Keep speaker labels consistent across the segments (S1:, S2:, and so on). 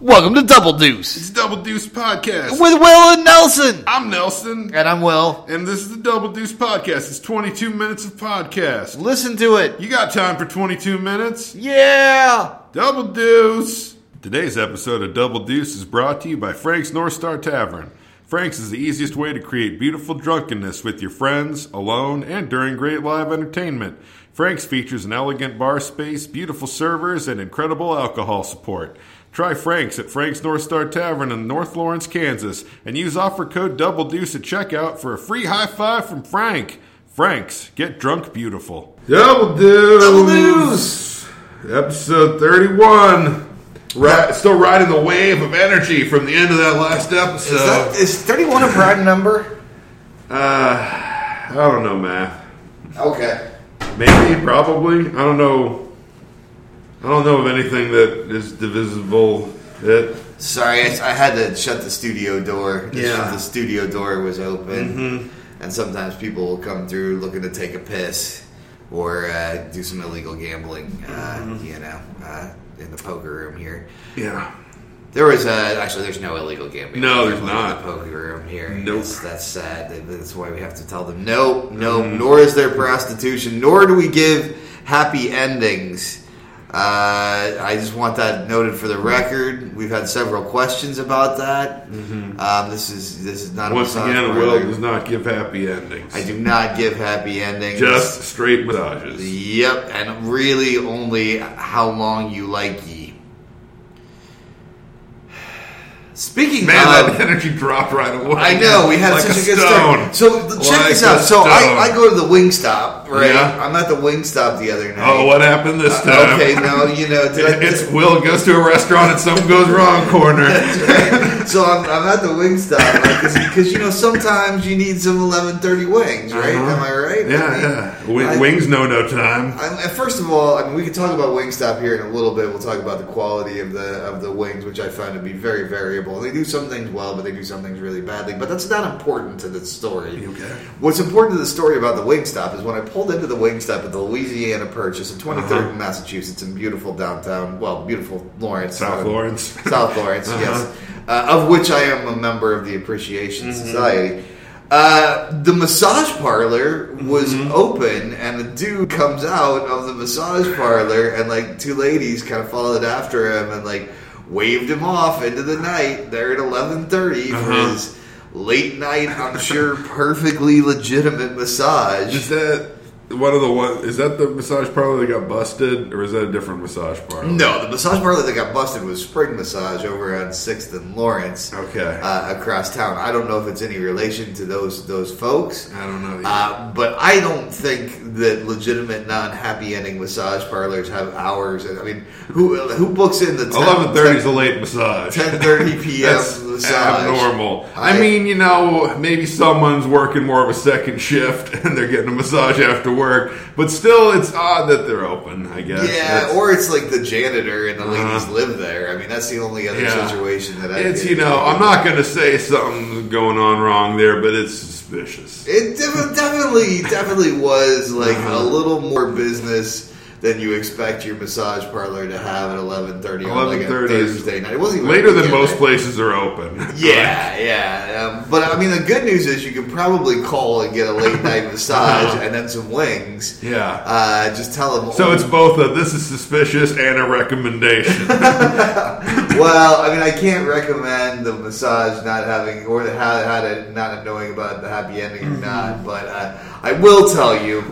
S1: Welcome to Double Deuce
S2: It's Double Deuce Podcast.
S1: with Will and Nelson.
S2: I'm Nelson,
S1: And I'm Will.
S2: and this is the Double Deuce Podcast. It's 22 minutes of podcast.
S1: Listen to it.
S2: You got time for 22 minutes?
S1: Yeah.
S2: Double Deuce! Today's episode of Double Deuce is brought to you by Frank's North Star Tavern. Frank's is the easiest way to create beautiful drunkenness with your friends, alone, and during great live entertainment. Frank's features an elegant bar space, beautiful servers, and incredible alcohol support. Try Frank's at Frank's North Star Tavern in North Lawrence, Kansas, and use offer code Double Deuce at checkout for a free high five from Frank. Frank's, get drunk beautiful. Double Deuce!
S1: Double Deuce!
S2: Episode 31. Ri- still riding the wave of energy from the end of that last episode.
S1: Is, that, is 31 a prime number?
S2: uh, I don't know, math.
S1: Okay.
S2: Maybe, probably. I don't know. I don't know of anything that is divisible. It.
S3: Sorry, I, I had to shut the studio door. The-
S2: Yeah.
S3: The studio door was open. And sometimes people will come through looking to take a piss or uh, do some illegal gambling, uh, you know, uh, in the poker room here.
S2: Yeah.
S3: There was uh, actually there's no illegal gambling.
S2: No, there's
S3: in
S2: not.
S3: the poker room here.
S2: Nope.
S3: That's, that's sad. That- That's why we have to tell them no, no.
S2: Mm-hmm.
S3: Nor is there prostitution. Nor do we give happy endings. Uh, I just want that noted for the record. We've had several questions about that. Um, this is this is not
S2: Mm-hmm. Once
S3: a massage
S2: again, Will
S3: parlor.
S2: does not give happy endings.
S3: I do not give happy endings.
S2: Just straight massages.
S3: Yep, and really only how long you like ye. Speaking
S2: Man,
S3: of,
S2: that energy dropped right away.
S3: um, I know we had
S2: Like
S3: such a, good
S2: stone.
S3: start. So th- check
S2: Like
S3: this
S2: a
S3: out. So
S2: stone.
S3: I, I go to the Wingstop, right?
S2: Yeah.
S3: I'm at the Wingstop the other night.
S2: Oh, what happened this time?
S3: Uh, Okay, now you know. did I-
S2: It's Will goes to a restaurant and something goes wrong corner.
S3: so I'm, I'm at the Wingstop because you know sometimes you need some 11:30 wings, right? Am I right?
S2: Uh-huh.
S3: I
S2: Yeah,
S3: mean,
S2: yeah. Wi-
S3: I-
S2: wings know no time.
S3: I'm, and first of all, I mean, we can talk about Wingstop here in a little bit. We'll talk about the quality of the of the wings, which I find to be very variable. They do some things well, but they do some things really badly. But that's not important to the story.
S2: Okay.
S3: What's important to the story about the Wingstop is when I pulled into the Wingstop at the Louisiana Purchase in 23rd
S2: Uh-huh.
S3: and Massachusetts in beautiful downtown, well, beautiful Lawrence,
S2: South
S3: uh,
S2: Lawrence.
S3: South Lawrence,
S2: Uh-huh.
S3: yes. Uh, of which I am a member of the Appreciation
S2: Mm-hmm.
S3: Society. Uh, the massage parlor was
S2: Mm-hmm.
S3: open, and a dude comes out of the massage parlor, and like two ladies kind of followed after him and like waved him off into the night. There at eleven thirty
S2: Uh-huh.
S3: for his late night, I'm sure, perfectly legitimate
S2: Is
S3: massage.
S2: that one of the one? Is that the massage parlor that got busted, or is that a different massage parlor?
S3: No, the massage parlor that got busted was Spring Massage over on Sixth and Lawrence.
S2: Okay.
S3: uh, across town. I don't know if it's any relation to those those folks,
S2: I don't know.
S3: uh, but I don't think that legitimate non happy ending massage parlors have hours. I mean, who who books in the 10,
S2: Eleven thirty is a late massage.
S3: 10:30 p.m.
S2: That's
S3: massage?
S2: abnormal. I,
S3: I-
S2: mean, you know, maybe someone's working more of a second shift and they're getting a massage after work, but still, it's odd that they're open. I guess.
S3: Yeah,
S2: It's-
S3: or it's like the janitor and the ladies
S2: Uh-huh.
S3: live there. I mean, that's the only other
S2: Yeah.
S3: situation that I.
S2: It's
S3: could-
S2: you know, I'm not gonna say something's going on wrong there, but it's suspicious.
S3: It de- definitely, definitely was like
S2: Uh-huh.
S3: a little more business than you expect your massage parlor to have at eleven thirty. Eleven
S2: 11:30
S3: thirty
S2: is
S3: Thursday night. It wasn't even a
S2: Later than
S3: weekend
S2: most
S3: night.
S2: places are open.
S3: Yeah, yeah. Um, but I mean, the good news is you can probably call and get a late night massage and then some wings.
S2: yeah.
S3: Uh, just tell them.
S2: So it's both a this is suspicious and a recommendation.
S3: "Oh, well. I mean, I can't recommend the massage not having or the how how to not knowing about the happy ending
S2: Mm-hmm.
S3: or not. But uh, I will tell you.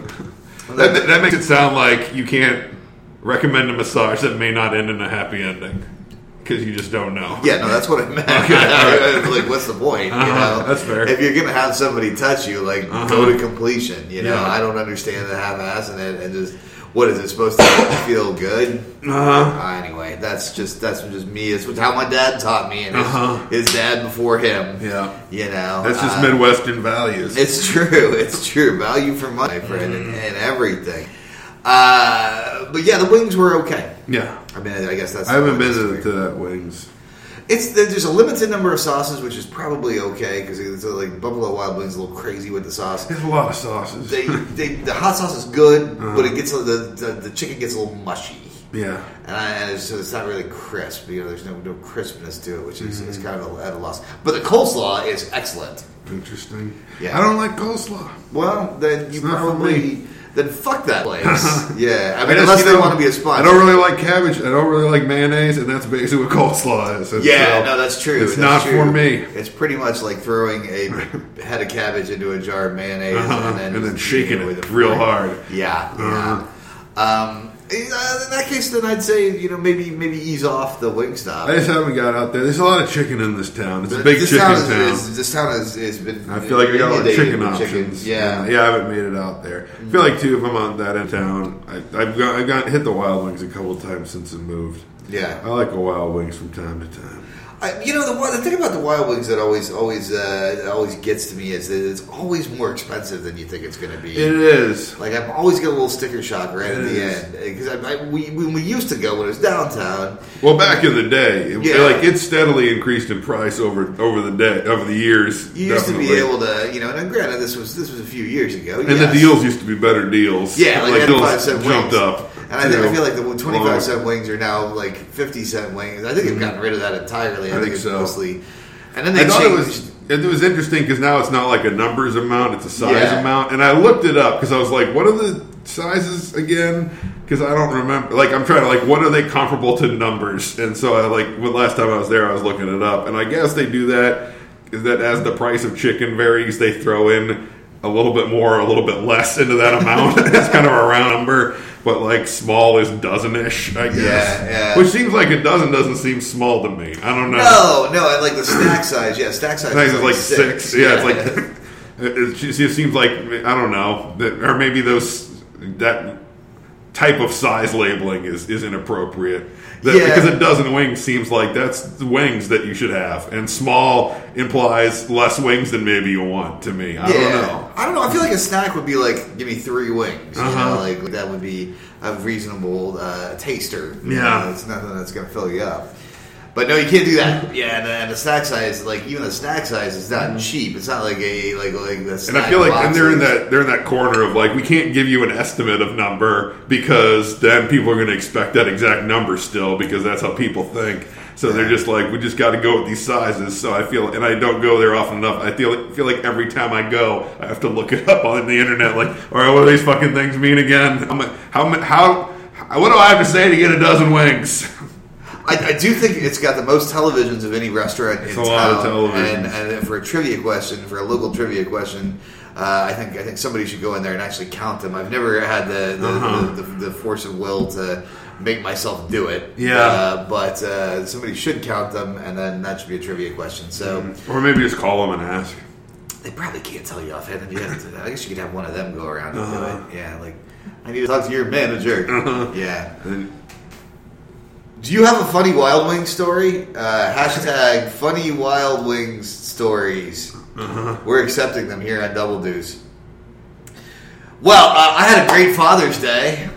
S2: that, that- that makes it sound like you can't recommend a massage that may not end in a happy ending because you just don't know.
S3: Yeah, no, that's what I meant.
S2: Okay, all
S3: like, what's the point? you
S2: Uh-huh,
S3: know,
S2: that's fair.
S3: If you're gonna have somebody touch you, like,
S2: Uh-huh.
S3: go to completion. You know,
S2: Yeah.
S3: I don't understand the half-ass in it, and just what is it supposed to feel good?
S2: Uh-huh.
S3: Uh, anyway, that's just that's just me. That's what, how my dad taught me, and
S2: Uh-huh.
S3: his, his dad before him.
S2: Yeah.
S3: you know,
S2: That's just
S3: uh,
S2: Midwestern values.
S3: It's true. It's true. Value for money, my friend, and,
S2: Mm.
S3: and everything. Uh, but yeah, the wings were okay.
S2: yeah.
S3: I mean, I guess that's
S2: I haven't been to, to that Wings.
S3: It's there's a limited number of sauces, which is probably okay because it's uh, like Buffalo Wild Wings is a little crazy with the sauce.
S2: There's a lot of sauces.
S3: Uh-huh. They, they the hot sauce is good, but it gets a, the, the the chicken gets a little mushy.
S2: Yeah.
S3: and, I, and it's, so it's not really crisp. You know, there's no no crispness to it, which is it's kind of at a loss. But the coleslaw is excellent.
S2: Interesting.
S3: Yeah.
S2: I don't like coleslaw.
S3: Well, then you
S2: It's not for
S3: probably
S2: me.
S3: then fuck that place. yeah, I mean,
S2: just,
S3: unless
S2: you
S3: they
S2: know,
S3: want to be a sponsor.
S2: I don't really like cabbage. I don't really like mayonnaise, and that's basically what coleslaw is. And
S3: Yeah,
S2: so
S3: no, that's true.
S2: It's
S3: That's
S2: not
S3: true.
S2: for me.
S3: It's pretty much like throwing a head of cabbage into a jar of mayonnaise
S2: Uh-huh.
S3: and then
S2: And then
S3: just
S2: shaking
S3: eating with
S2: it
S3: a
S2: real
S3: fork.
S2: hard.
S3: Yeah,
S2: Uh-huh.
S3: yeah. Um, in uh, in that case, then I'd say you know maybe maybe ease off the wing stop.
S2: I just haven't got out there. There's a lot of chicken in this town. It's a big
S3: this
S2: chicken
S3: town, is,
S2: town.
S3: Is, this town has is, been.
S2: I feel like I got a lot of
S3: inundated
S2: chicken
S3: with
S2: options.
S3: chickens. Yeah.
S2: yeah, I haven't made it out there. I feel like too if I'm on that end of town, I, I've got I've got hit the Wild Wings a couple times since it moved.
S3: yeah.
S2: I like a Wild Wings from time to time.
S3: I, you know the, one- the thing about the Wild Wings that always always uh, always gets to me is that it's always more expensive than you think it's going to be.
S2: It is.
S3: Like I've always got a little sticker shock right at
S2: It
S3: the
S2: is.
S3: end because I, I, we when we used to go when it was downtown,
S2: Well, back in the day, it,
S3: Yeah.
S2: like it steadily increased in price over over the day over the years.
S3: you used to be
S2: definitely.
S3: able to you know. And granted, this was this was a few years ago.
S2: and
S3: yes.
S2: the deals used to be better deals.
S3: yeah, like,
S2: like
S3: they had five
S2: deals
S3: cent
S2: jumped
S3: wings.
S2: up.
S3: and I,
S2: you
S3: think, I
S2: know,
S3: feel like the twenty
S2: long.
S3: five cent wings are now like fifty cent wings. I think they've gotten rid of that entirely. I,
S2: Mm-hmm. I
S3: think,
S2: think
S3: it's
S2: so.
S3: mostly. And then they
S2: I thought
S3: changed.
S2: it was it was interesting because now it's not like a numbers amount; it's a size
S3: Yeah.
S2: amount. And I looked it up because I was like, "What are the sizes again?" Because I don't remember. Like I'm trying to like, what are they comparable to numbers? And so I like when last time I was there, I was looking it up, and I guess they do that is that as the price of chicken varies, they throw in a little bit more, or a little bit less into that amount. it's kind of a round number. But like small is dozenish, I guess.
S3: yeah.
S2: Which seems like a dozen doesn't seem small to me. I don't know.
S3: no, no, I like the snack size. Yeah, snack size.
S2: I think
S3: is
S2: it's like six. Yeah, it's like it, it just- it seems like I don't know, that- or maybe those that type of size labeling is is inappropriate. That-
S3: Yeah.
S2: Because a dozen wings seems like that's the wings that you should have, and small implies less wings than maybe you want. To me, I don't know.
S3: I don't know. I feel like a snack would be like give me three wings. You
S2: Uh-huh.
S3: know, like that would be a reasonable uh, taster. You
S2: Yeah.
S3: know, it's nothing that's going to fill you up. But no, you can't do that. Yeah, and, and the snack size, like even the snack size, is not cheap. It's not like a like like the.
S2: Mm-hmm. And I
S3: snack
S2: feel like, and they're in
S3: boxes.
S2: that they're in that corner of like we can't give you an estimate of number because then people are going to expect that exact number still because that's how people think. So they're just like we just got to go with these sizes. So I feel, and I don't go there often enough. I feel feel like every time I go, I have to look it up on the internet. Like, all right, what do these fucking things mean again? How mu- how mu- how what do I have to say to get a dozen wings?
S3: I, I do think it's got the most televisions of any restaurant in
S2: a lot of
S3: town.
S2: televisions.
S3: And, and for a trivia question, for a local trivia question, uh, I think I think somebody should go in there and actually count them. I've never had the the,
S2: Uh-huh.
S3: the, the, the force of will to make myself do it.
S2: Yeah.
S3: uh, but uh, somebody should count them, and then that should be a trivia question. So
S2: Or maybe just call them and ask.
S3: they probably can't tell you offhand. if You have to, I guess you could have one of them go around and
S2: Uh-huh.
S3: do it. Yeah, like I need to talk to your manager.
S2: Uh-huh.
S3: Yeah.
S2: And
S3: Do you have a funny Wild Wings story? Uh, hashtag funny Wild Wings stories.
S2: Uh-huh.
S3: We're accepting them here on Double Deuce. Well, uh, I had a great Father's Day.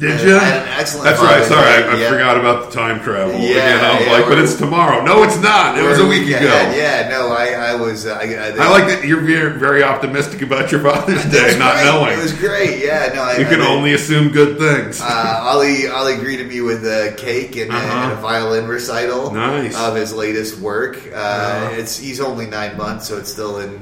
S2: Did
S3: I-
S2: you?
S3: I had an excellent
S2: That's right.
S3: Father's
S2: Sorry,
S3: Day,
S2: I, I
S3: yeah.
S2: forgot about the time travel.
S3: Yeah,
S2: Again, I was
S3: yeah,
S2: like, but
S3: we're-
S2: it's tomorrow. No, it's not. It was a
S3: We're-
S2: week
S3: yeah,
S2: ago.
S3: Yeah, no, I, I was. uh, I, I,
S2: I like that you're very, very optimistic about your Father's
S3: It was
S2: Day, not
S3: great.
S2: knowing.
S3: It was great. Yeah, no, I,
S2: you
S3: I
S2: can
S3: did-
S2: only assume good things.
S3: uh, Ollie Ollie greeted me with a cake and, a-
S2: Uh-huh.
S3: and a violin recital
S2: Nice.
S3: of his latest work. Uh,
S2: Uh-huh.
S3: It's he's only nine months, so it's still in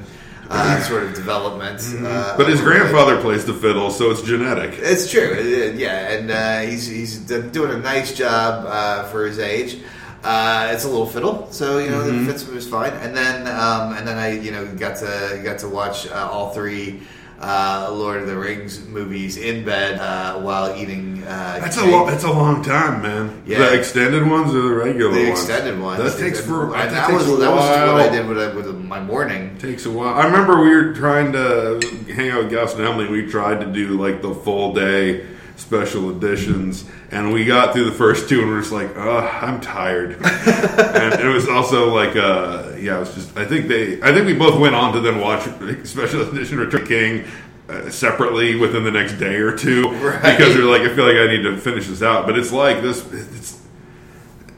S3: uh, sort of development. Uh,
S2: Mm-hmm. but his
S3: a little bit.
S2: grandfather plays the fiddle, so it's genetic.
S3: It's true, it- it- yeah, and uh, he's he's d- doing a nice job uh, for his age. Uh, it's a little fiddle, so you know
S2: Mm-hmm.
S3: it fits was fine. And then um, and then I you know got to got to watch uh, all three uh, Lord of the Rings movies in bed uh, while eating. Uh,
S2: That's a
S3: cake.
S2: long. That's a long time, man.
S3: Yeah.
S2: The extended ones or the regular
S3: the
S2: ones.
S3: extended one.
S2: That takes for
S3: And that,
S2: takes
S3: was
S2: a
S3: that was just
S2: while.
S3: what I did with, with my morning.
S2: Takes a while. I remember we were trying to hang out with Gus and Emily. We tried to do like the full day special editions, and we got through the first two, and we're just like, "Ugh, I'm tired." and it was also like, uh, yeah, it was just. I think they. I think we both went on to then watch special edition Return of the King. Uh, separately within the next day or two
S3: Right.
S2: because we we're like I feel like I need to finish this out but it's like this it's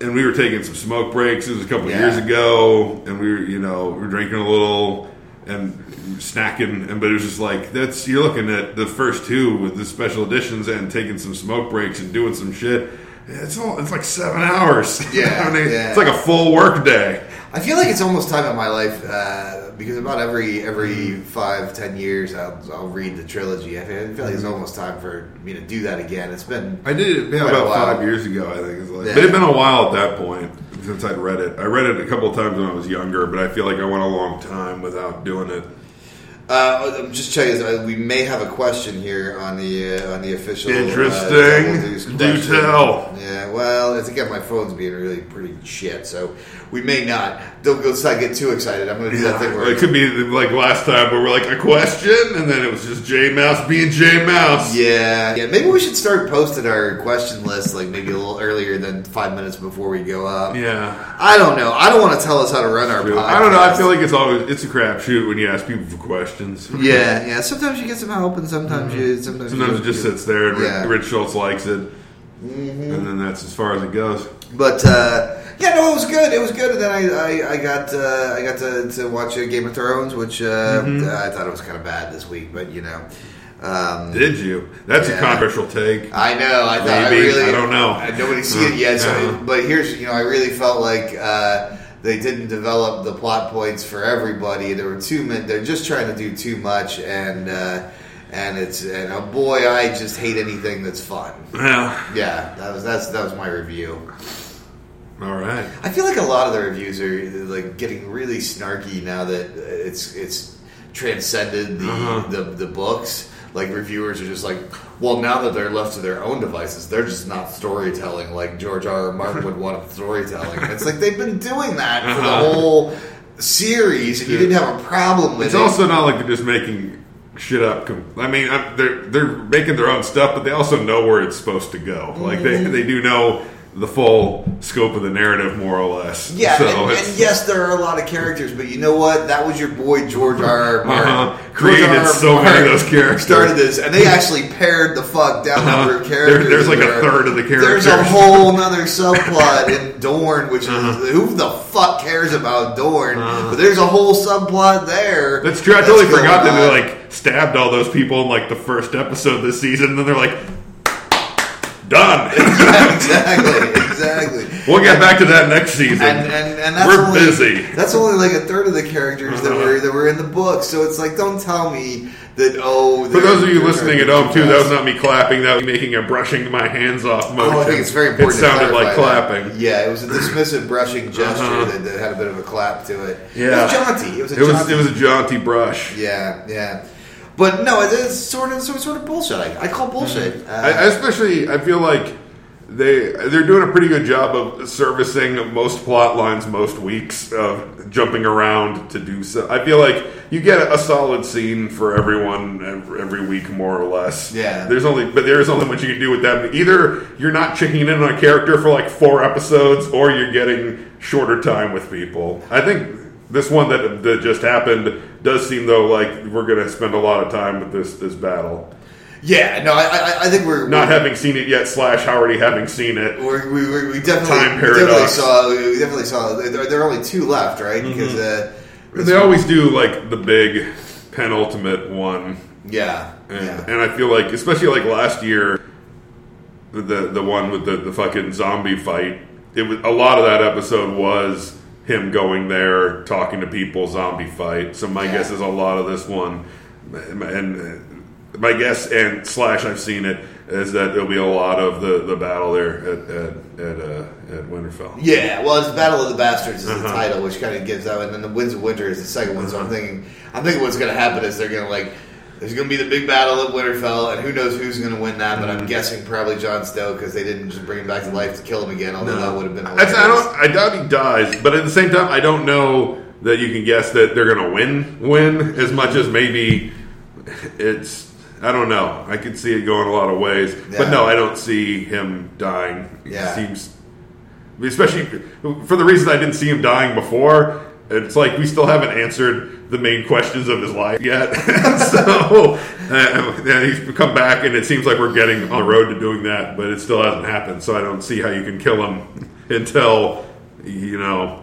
S2: and we were taking some smoke breaks. It was a couple
S3: Yeah.
S2: years ago, and we were, you know, we were drinking a little. and snacking. And but it was just like that's you're looking at the first two with the special editions and taking some smoke breaks and doing some shit. It's all it's like seven hours.
S3: Yeah,
S2: I mean,
S3: yeah.
S2: it's like a full work day.
S3: I feel like it's almost time in my life uh, because about every every five ten years I'll, I'll read the trilogy. I feel I feel like it's almost time for me to do that again. It's been
S2: I did it yeah,
S3: Quite a
S2: about
S3: while.
S2: five years ago, I think. It's like,
S3: Yeah.
S2: But it had been a while at that point since I'd read it. I read it a couple of times when I was younger, but I feel like I went a long time without doing it.
S3: Uh, I'm just checking. this out. We may have a question here on the uh, on the official. uh, Double Deuce
S2: Interesting. Do
S3: question.
S2: tell.
S3: Yeah. Well, it's again my phone's being really pretty shit, so we may not. Don't go. Let's not get too excited. I'm going to do that thing where
S2: It could be like last time where we're like a question, and then it was just J Mouse being J Mouse.
S3: Yeah, yeah. Maybe we should start posting our question list like maybe a little earlier than five minutes before we go up.
S2: Yeah.
S3: I don't know. I don't want to tell us how to run our. Podcast.
S2: I don't know. I feel like it's always it's a crapshoot when you ask people for questions.
S3: Yeah, yeah. Sometimes you get some help, and sometimes you sometimes
S2: Mm-hmm. Sometimes
S3: you,
S2: it just sits there, and
S3: Yeah. Mm-hmm.
S2: Rich Schultz likes it, and then that's as far as it goes.
S3: But uh, yeah, no, it was good. It was good, and then I, I, I got uh, I got to, to watch uh, Game of Thrones, which uh,
S2: Mm-hmm.
S3: I thought it was kind of bad this week. But you know, um,
S2: Did you? That's
S3: Yeah.
S2: a controversial take.
S3: I know I thought
S2: Maybe.
S3: I really
S2: I don't know.
S3: I- Nobody's seen it yet. So,
S2: Uh-huh.
S3: but here's you know I really felt like uh, they didn't develop the plot points for everybody. There were too many. They're just trying to do too much, and uh, and it's and oh boy, I just hate anything that's fun.
S2: Yeah.
S3: Yeah, that was that's that was my review.
S2: All right.
S3: I feel like a lot of the reviews are like getting really snarky now that it's it's transcended the
S2: Uh-huh.
S3: the, the books. Like reviewers are just like, well, now that they're left to their own devices, they're just not storytelling like George R. R. Martin would want storytelling. It's like they've been doing that for
S2: Uh-huh.
S3: the whole series, and you
S2: Yeah.
S3: didn't have a problem with
S2: It's
S3: it.
S2: also not like they're just making shit up. com- I mean, i they're they're making their own stuff, but they also know where it's supposed to go. Like they
S3: Mm.
S2: they do know the full scope of the narrative, more or less.
S3: Yeah,
S2: So
S3: and,
S2: it's-
S3: and yes, there are a lot of characters, but you know what? That was your boy George R. R. Martin.
S2: Uh-huh.
S3: George
S2: Created
S3: R.R.
S2: so many of
S3: Martin
S2: those characters.
S3: Started this, and they actually pared the fuck down
S2: Uh-huh.
S3: number of
S2: There-
S3: characters.
S2: there's
S3: in
S2: like a
S3: there.
S2: third of the
S3: There's a
S2: characters. Uh-huh.
S3: whole nother subplot in Dorn, which is who the fuck cares about Dorn? But there's a whole subplot there.
S2: That's true. I totally
S3: going
S2: forgot that they
S3: on.
S2: like stabbed all those people in like the first episode this season, and then they're like, done.
S3: Yeah, exactly, exactly.
S2: we'll get back to that next season.
S3: and and, and that's
S2: We're
S3: only,
S2: busy. Uh-huh.
S3: That's only like a third of the characters that were that were in the book. So it's like, don't tell me that. Oh,
S2: For those of you listening at home too, that was not me clapping. That was me making a brushing my hands off motion.
S3: Oh, I think it's very important.
S2: It
S3: to
S2: sounded like
S3: clarify that.
S2: clapping.
S3: Yeah, it was a dismissive brushing gesture
S2: Uh-huh.
S3: that, that had a bit of a clap to it.
S2: Yeah.
S3: it was jaunty. It was a
S2: It was
S3: jaunty.
S2: it was a jaunty brush.
S3: yeah, yeah. But no, it, it's sort of sort of, sort of bullshit. I, I call bullshit. Uh,
S2: Mm. I, I especially, I feel like they they're doing a pretty good job of servicing most plot lines most weeks of jumping around to do so. I feel like you get a, solid scene for everyone every, every week, more or less.
S3: Yeah.
S2: There's only, but there is only much you can do with them. Either you're not checking in on a character for like four episodes, or you're getting shorter time with people. I think. This one that, that just happened does seem though like we're gonna spend a lot of time with this this battle
S3: yeah, no, I, I, I think we're
S2: not
S3: we're,
S2: having seen it yet slash already having seen it
S3: We're, we, we, we definitely,
S2: Time
S3: we definitely
S2: paradox. Mm-hmm.
S3: saw. We definitely saw. There, there are only two left, right? Because uh,
S2: they always do like the big penultimate one
S3: yeah,
S2: and,
S3: yeah,
S2: and i feel like especially like last year the the, the one with the, the fucking zombie fight it was a lot of that episode was him going there talking to people zombie fight so my
S3: Yeah.
S2: guess is a lot of this one and uh, my guess and slash i've seen it is that there'll be a lot of the, the battle there at at at, uh, at winterfell
S3: yeah. Well, it's Battle of the Bastards is the title, which kind of gives out, and then the Winds of Winter is the second one. So I'm thinking, I'm thinking what's going to happen is they're going to like. There's going to be the big battle at Winterfell, and who knows who's going to win that? But I'm guessing probably Jon Snow because they didn't just bring him back to life to kill him again. Although that would have been.
S2: That's, I
S3: hilarious.
S2: don't. I doubt he dies, but at the same time, I don't know that you can guess that they're going to win. Win as much as maybe it's. I don't know. I could see it going a lot of ways, but
S3: Yeah.
S2: no, I don't see him dying.
S3: Yeah.
S2: It seems, especially for the reason I didn't see him dying before. It's like we still haven't answered the main questions of his life yet. so uh, yeah, he's come back, and it seems like we're getting on the road to doing that, but it still hasn't happened. So I don't see how you can kill him until you know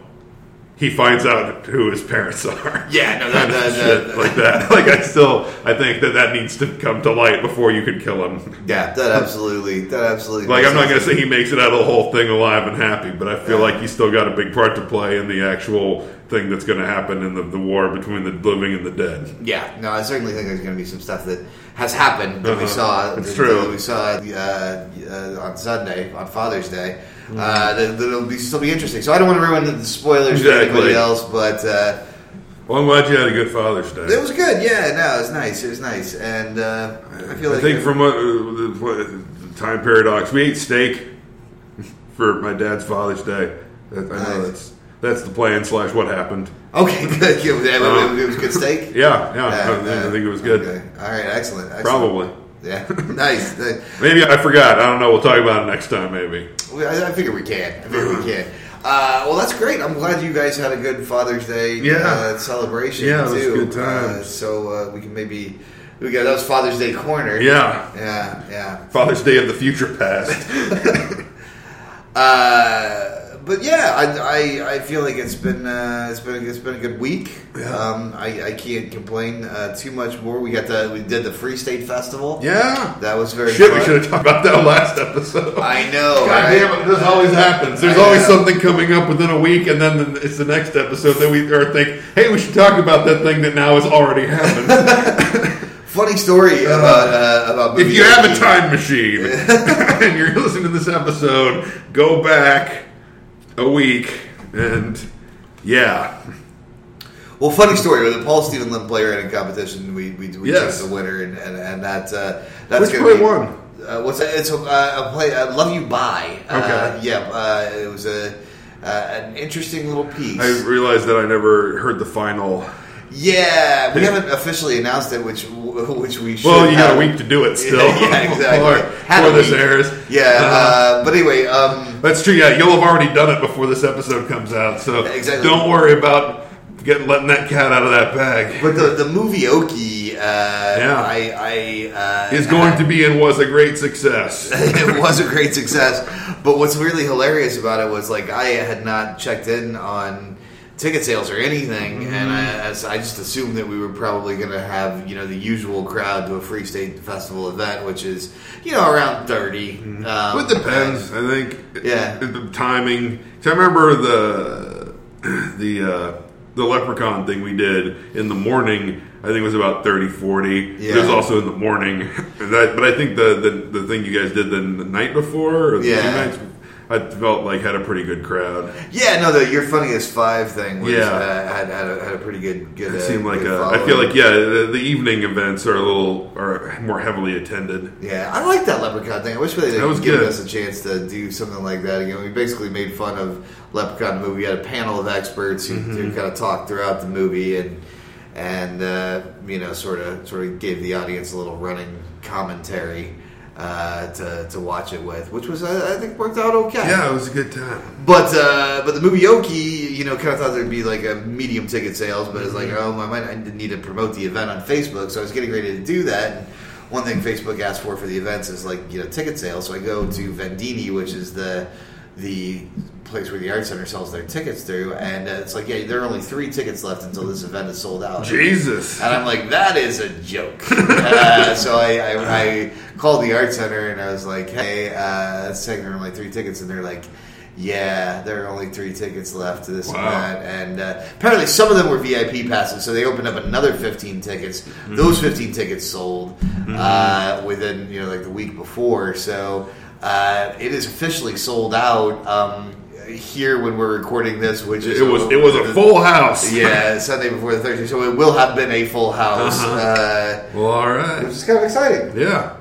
S2: he finds out who his parents are.
S3: Yeah, no, that, that,
S2: Shit
S3: that-
S2: like that. Like I still, I think that that needs to come to light before you can kill him.
S3: yeah, that absolutely, that absolutely.
S2: Like
S3: makes
S2: I'm not
S3: sense.
S2: gonna say he makes it out of the whole thing alive and happy, but I feel like he's still got a big part to play in the actual thing that's gonna happen in the, the war between the living and the dead.
S3: Yeah, no, I certainly think there's going to be some stuff that has happened that we
S2: Uh-huh.
S3: saw.
S2: It's
S3: that,
S2: true.
S3: That we saw uh, uh, on Sunday on Father's Day.
S2: Mm.
S3: Uh, that, that'll be still be interesting. So I don't want to ruin the spoilers for
S2: Exactly.
S3: anybody else, but uh,
S2: Well, I'm glad you had a good Father's Day.
S3: it was good. Yeah, no, it was nice. It was nice, and uh, I feel
S2: I
S3: like
S2: think from what, uh, the, what- the time paradox, we ate steak for my dad's Father's Day. That, I know
S3: Nice.
S2: that's that's the plan slash what happened.
S3: okay, good. Yeah, it was- it was good steak.
S2: Yeah, yeah,
S3: Yeah,
S2: I,
S3: yeah.
S2: I think it was good.
S3: Okay. All right, excellent. excellent.
S2: Probably.
S3: Yeah, nice. Uh,
S2: Maybe I forgot. I don't know. We'll talk about it next time. Maybe.
S3: we- I, I figure we can. I figure we can. Uh, well, that's great. I'm glad you guys had a good Father's Day
S2: Yeah.
S3: uh, celebration.
S2: Yeah, it was
S3: too.
S2: good times.
S3: Uh, so uh, we can maybe we got that was Father's Day corner.
S2: Yeah.
S3: yeah, yeah.
S2: Father's Day of the future past.
S3: Uh, but yeah, I, I, I feel like it's been uh, it's been it's been a good week. Um, I, I can't complain uh, too much more. We got the we did the Free State Festival.
S2: Yeah.
S3: that was very
S2: Shit,
S3: fun.
S2: we should have talked about that last episode.
S3: I know.
S2: God
S3: right?
S2: damn it! This always happens. There's
S3: I
S2: always
S3: know.
S2: something coming up within a week, and then the- it's the next episode that we or think, hey, we should talk about that thing that now has already happened.
S3: Funny story about uh, about
S2: if
S3: movie
S2: you have a
S3: making.
S2: time machine and you're listening to this episode, go back a week and yeah,
S3: Well, funny story with the Paul Stephen Lim player in competition, we we, we
S2: Yes.
S3: chose the winner, and and, and that uh, that's
S2: Which
S3: gonna
S2: play
S3: be,
S2: won?
S3: Uh, what's that? It's a, uh, a play? Uh, Love you, bye. Uh,
S2: Okay.
S3: yeah, uh, it was a uh, an interesting little piece.
S2: I realized that I never heard the final.
S3: yeah, we haven't officially announced it, which which we should.
S2: Well, you got
S3: have.
S2: a week to do it still.
S3: yeah, exactly.
S2: Before,
S3: Had a
S2: before this
S3: week.
S2: airs.
S3: Yeah,
S2: Uh-huh.
S3: uh, but anyway, um,
S2: That's true. Yeah, you'll have already done it before this episode comes out. So
S3: Exactly.
S2: don't worry about getting letting that cat out of that bag.
S3: but the the movie Oki, uh, I I uh,
S2: is going to be and was a great success.
S3: it was a great success. But what's really hilarious about it was like I had not checked in on ticket sales or anything,
S2: Mm-hmm.
S3: and I, as- I just assumed that we were probably going to have you know the usual crowd to a Free State Festival event, which is you know around 30
S2: Mm-hmm.
S3: Um,
S2: It depends. I think.
S3: Yeah.
S2: The- the timing. 'Cause I remember the the uh, the leprechaun thing we did in the morning. I think it was about 30, 40. It was
S3: Yeah.
S2: also in the morning. And that- but I think the, the the thing you guys did the, the night before or the two
S3: Yeah.
S2: nights, I felt like had a pretty good crowd.
S3: Yeah, no, the your funniest five thing was,
S2: Yeah.
S3: uh, had, had, a, had a pretty good good.
S2: It
S3: uh,
S2: seemed like
S3: good
S2: a, I feel
S3: following.
S2: like yeah, the, the evening events are a little are more heavily attended.
S3: Yeah, I like that leprechaun thing. I wish they
S2: That was
S3: had given
S2: good.
S3: us a chance to do something like that again. We basically made fun of leprechaun movie. We had a panel of experts who, who
S2: Mm-hmm.
S3: kind of talked throughout the movie and and uh, you know sort of sort of gave the audience a little running commentary uh, to to watch it with, which was I, I think worked out okay.
S2: Yeah, it was a good time.
S3: But uh, but the movie Oki, you know, kind of thought there'd be like a medium ticket sales, but it's like, oh, I might I didn't need to promote the event on Facebook, so I was getting ready to do that. And one thing Facebook asked for for the events is like you know ticket sales, so I go to Vendini, which is the the place where the art center sells their tickets through, and uh, it's like, yeah, there are only three tickets left until this event is sold out.
S2: Jesus.
S3: And I'm like, that is a joke. uh, so I, I, I called the art center and I was like, hey, uh, it's taking only three tickets. And they're like, yeah, there are only three tickets left to this
S2: Wow.
S3: event. And uh, apparently some of them were VIP passes. So they opened up another 15 tickets.
S2: Mm-hmm.
S3: Those 15 tickets sold uh, within, you know, like the week before. So uh, it is officially sold out. Um, here when we're recording this, which is
S2: It was it was a full house.
S3: yeah, Sunday before the Thursday, so it will have been a full house,
S2: Uh-huh.
S3: uh
S2: Well, all
S3: which
S2: right.
S3: is kind of exciting.
S2: Yeah.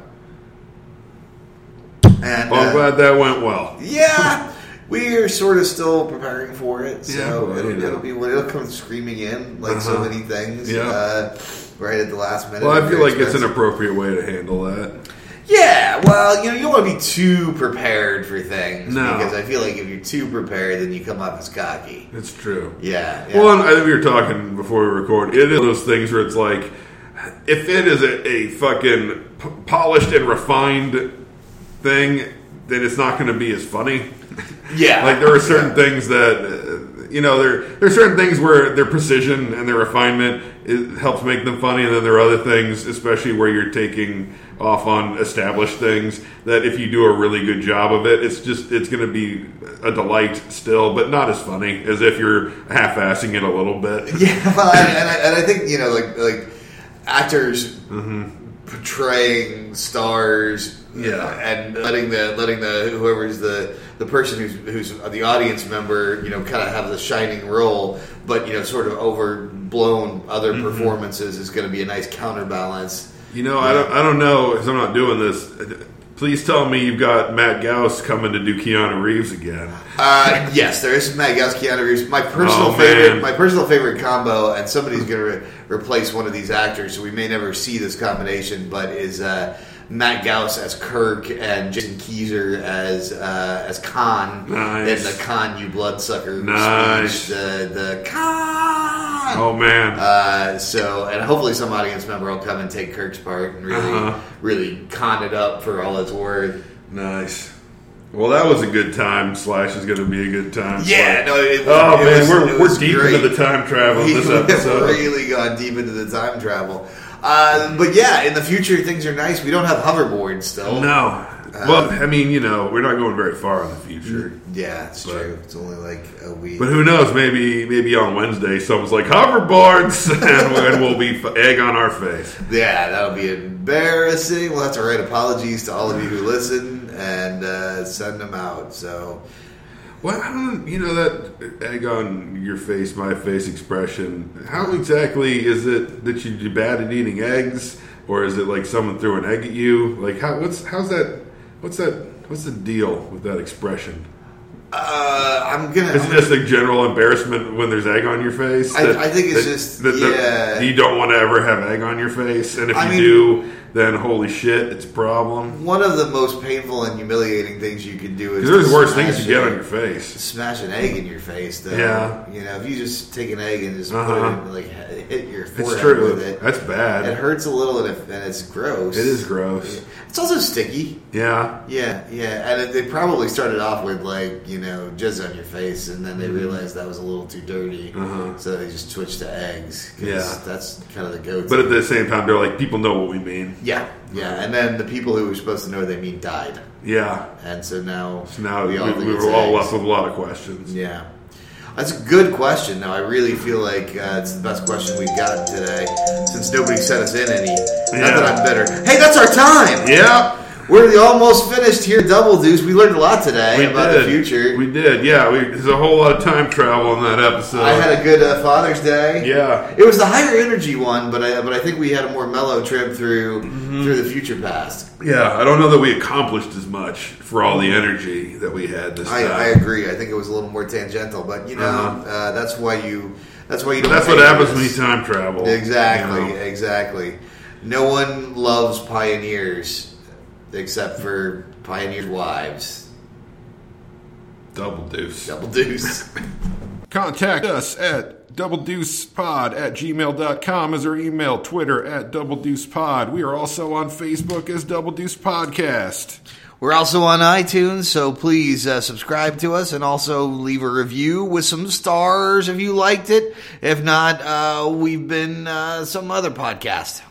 S3: And
S2: Well, I'm
S3: uh,
S2: glad that went well.
S3: yeah, we are sort of still preparing for it, so
S2: Yeah, well,
S3: it'll,
S2: you know.
S3: it'll be when it'll come screaming in like so
S2: Uh-huh.
S3: many things.
S2: Yeah.
S3: Uh, Right at the last minute.
S2: Well, I
S3: Very
S2: feel like it's an
S3: expensive.
S2: appropriate way to handle that.
S3: yeah. Well, you know, you don't want to be too prepared for things
S2: No.
S3: because I feel like if you're too prepared, then you come off as cocky.
S2: It's true.
S3: Yeah. yeah.
S2: Well, and I think we were talking before we record. It is one of those things where it's like, if it is a, a fucking p- polished and refined thing, then it's not going to be as funny.
S3: yeah.
S2: like there are certain things that uh, you know, there there's certain things where their precision and their refinement it helps make them funny, and then there are other things, especially where you're taking off on established things, that if you do a really good job of it, it's just it's going to be a delight still, but not as funny as if you're half-assing it a little bit.
S3: Yeah, well, and, and, I, and I think you know, like like actors portraying stars,
S2: Yeah.
S3: and letting the letting the whoever's the the person who's who's the audience member, you know, kind of have the shining role, but you know, sort of overblown other performances is going to be a nice counterbalance.
S2: You know, I don't, I don't know because I'm not doing this. Please tell me you've got Matt Gauss coming to do Keanu Reeves again.
S3: Uh, yes, there is some Matt Gauss, Keanu Reeves. My personal
S2: Oh,
S3: favorite,
S2: man.
S3: my personal favorite combo, and somebody's going to re- replace one of these actors, so we may never see this combination. But is uh, Matt Gauss as Kirk and Jason Keyser as uh, as Khan
S2: Nice.
S3: in the Khan you bloodsucker
S2: Nice.
S3: speech, the the Khan.
S2: Oh man,
S3: Uh, so, and hopefully, some audience member will come and take Kirk's part and really,
S2: Uh-huh.
S3: really con it up for all it's worth.
S2: nice. Well, that was a good time. Slash is going to be a good time.
S3: Yeah,
S2: Slash.
S3: no, it was,
S2: oh
S3: it
S2: man,
S3: was-
S2: we're,
S3: it
S2: we're
S3: was
S2: deep
S3: great.
S2: into the time travel in this
S3: We have
S2: episode.
S3: really gone deep into the time travel. Uh, but yeah, in the future things are nice. We don't have hoverboards still.
S2: No, well, I mean, you know, we're not going very far in the future.
S3: Yeah, it's
S2: But-
S3: true. It's only like a week.
S2: But who knows? Maybe, maybe on Wednesday, someone's like hoverboards, and we'll be f- egg on our face.
S3: yeah, that'll be embarrassing. We'll have to write apologies to all of you who listen and uh, send them out. So
S2: Well, I don't, you know that egg on your face, my face expression. How exactly is it that you do bad at eating eggs, or is it like someone threw an egg at you? Like how? What's how's that? What's that? What's the deal with that expression?
S3: uh, I'm gonna.
S2: Is it just a general embarrassment when there's egg on your face?
S3: I- I think it's just- yeah.
S2: you don't want to ever have egg on your face, and if
S3: I
S2: you
S3: mean-
S2: do, then holy shit, it's a problem.
S3: one of the most painful and humiliating things you can do is
S2: Because there's
S3: to
S2: worse things
S3: smash
S2: you get
S3: it.
S2: on your face.
S3: smash an egg in your face. Though.
S2: Yeah.
S3: you know, if you just take an egg and just put it
S2: Uh-huh.
S3: in, like hit your forehead
S2: It's true.
S3: with it,
S2: That's
S3: it
S2: bad.
S3: hurts a little and, it, and it's gross.
S2: It is gross.
S3: It's also sticky.
S2: Yeah.
S3: Yeah, yeah, and it, they probably started off with like you know jizz on your face, and then they realized that was a little too dirty,
S2: Mm-hmm. Uh-huh.
S3: so they just switched to eggs. 'cause
S2: Yeah.
S3: that's kind of the go-to.
S2: But at the same time, they're like, people know what we mean.
S3: yeah, yeah, and then the people who were supposed to know what they mean died,
S2: Yeah.
S3: and so now
S2: So now
S3: we
S2: we,
S3: all
S2: we,
S3: think it's
S2: were all
S3: eggs.
S2: left with a lot of questions.
S3: Yeah. That's a good question, though. I really feel like uh, it's the best question we've gotten today since nobody sent us in any. Not
S2: Yeah.
S3: that I'm better. Hey, that's our time!
S2: Yeah.
S3: We're the almost finished here, Double Deuce. We learned a lot today about the future.
S2: We did. Yeah. We, there's a whole lot of time travel in that episode.
S3: I had a good uh, Father's Day.
S2: yeah.
S3: It was the higher energy one, but I, but I think we had a more mellow trip through
S2: Mm-hmm.
S3: through the future past.
S2: Yeah. I don't know that we accomplished as much for all the energy that we had this
S3: I,
S2: time.
S3: I agree. I think it was a little more tangential, but you know
S2: Uh-huh.
S3: uh, that's why you that's why you.
S2: But
S3: Don't
S2: that's what
S3: pay for
S2: happens when
S3: this.
S2: you time travel.
S3: Exactly,
S2: you know.
S3: exactly. No one loves pioneers except for pioneer wives.
S2: Double deuce.
S3: Double deuce.
S2: Contact us at doubledeucepod at gmail.com is our email, Twitter at doubledeucepod. We are also on Facebook as Double Deuce Podcast.
S3: We're also on iTunes, so please uh, subscribe to us and also leave a review with some stars if you liked it. If not, uh, we've been uh, some other podcast.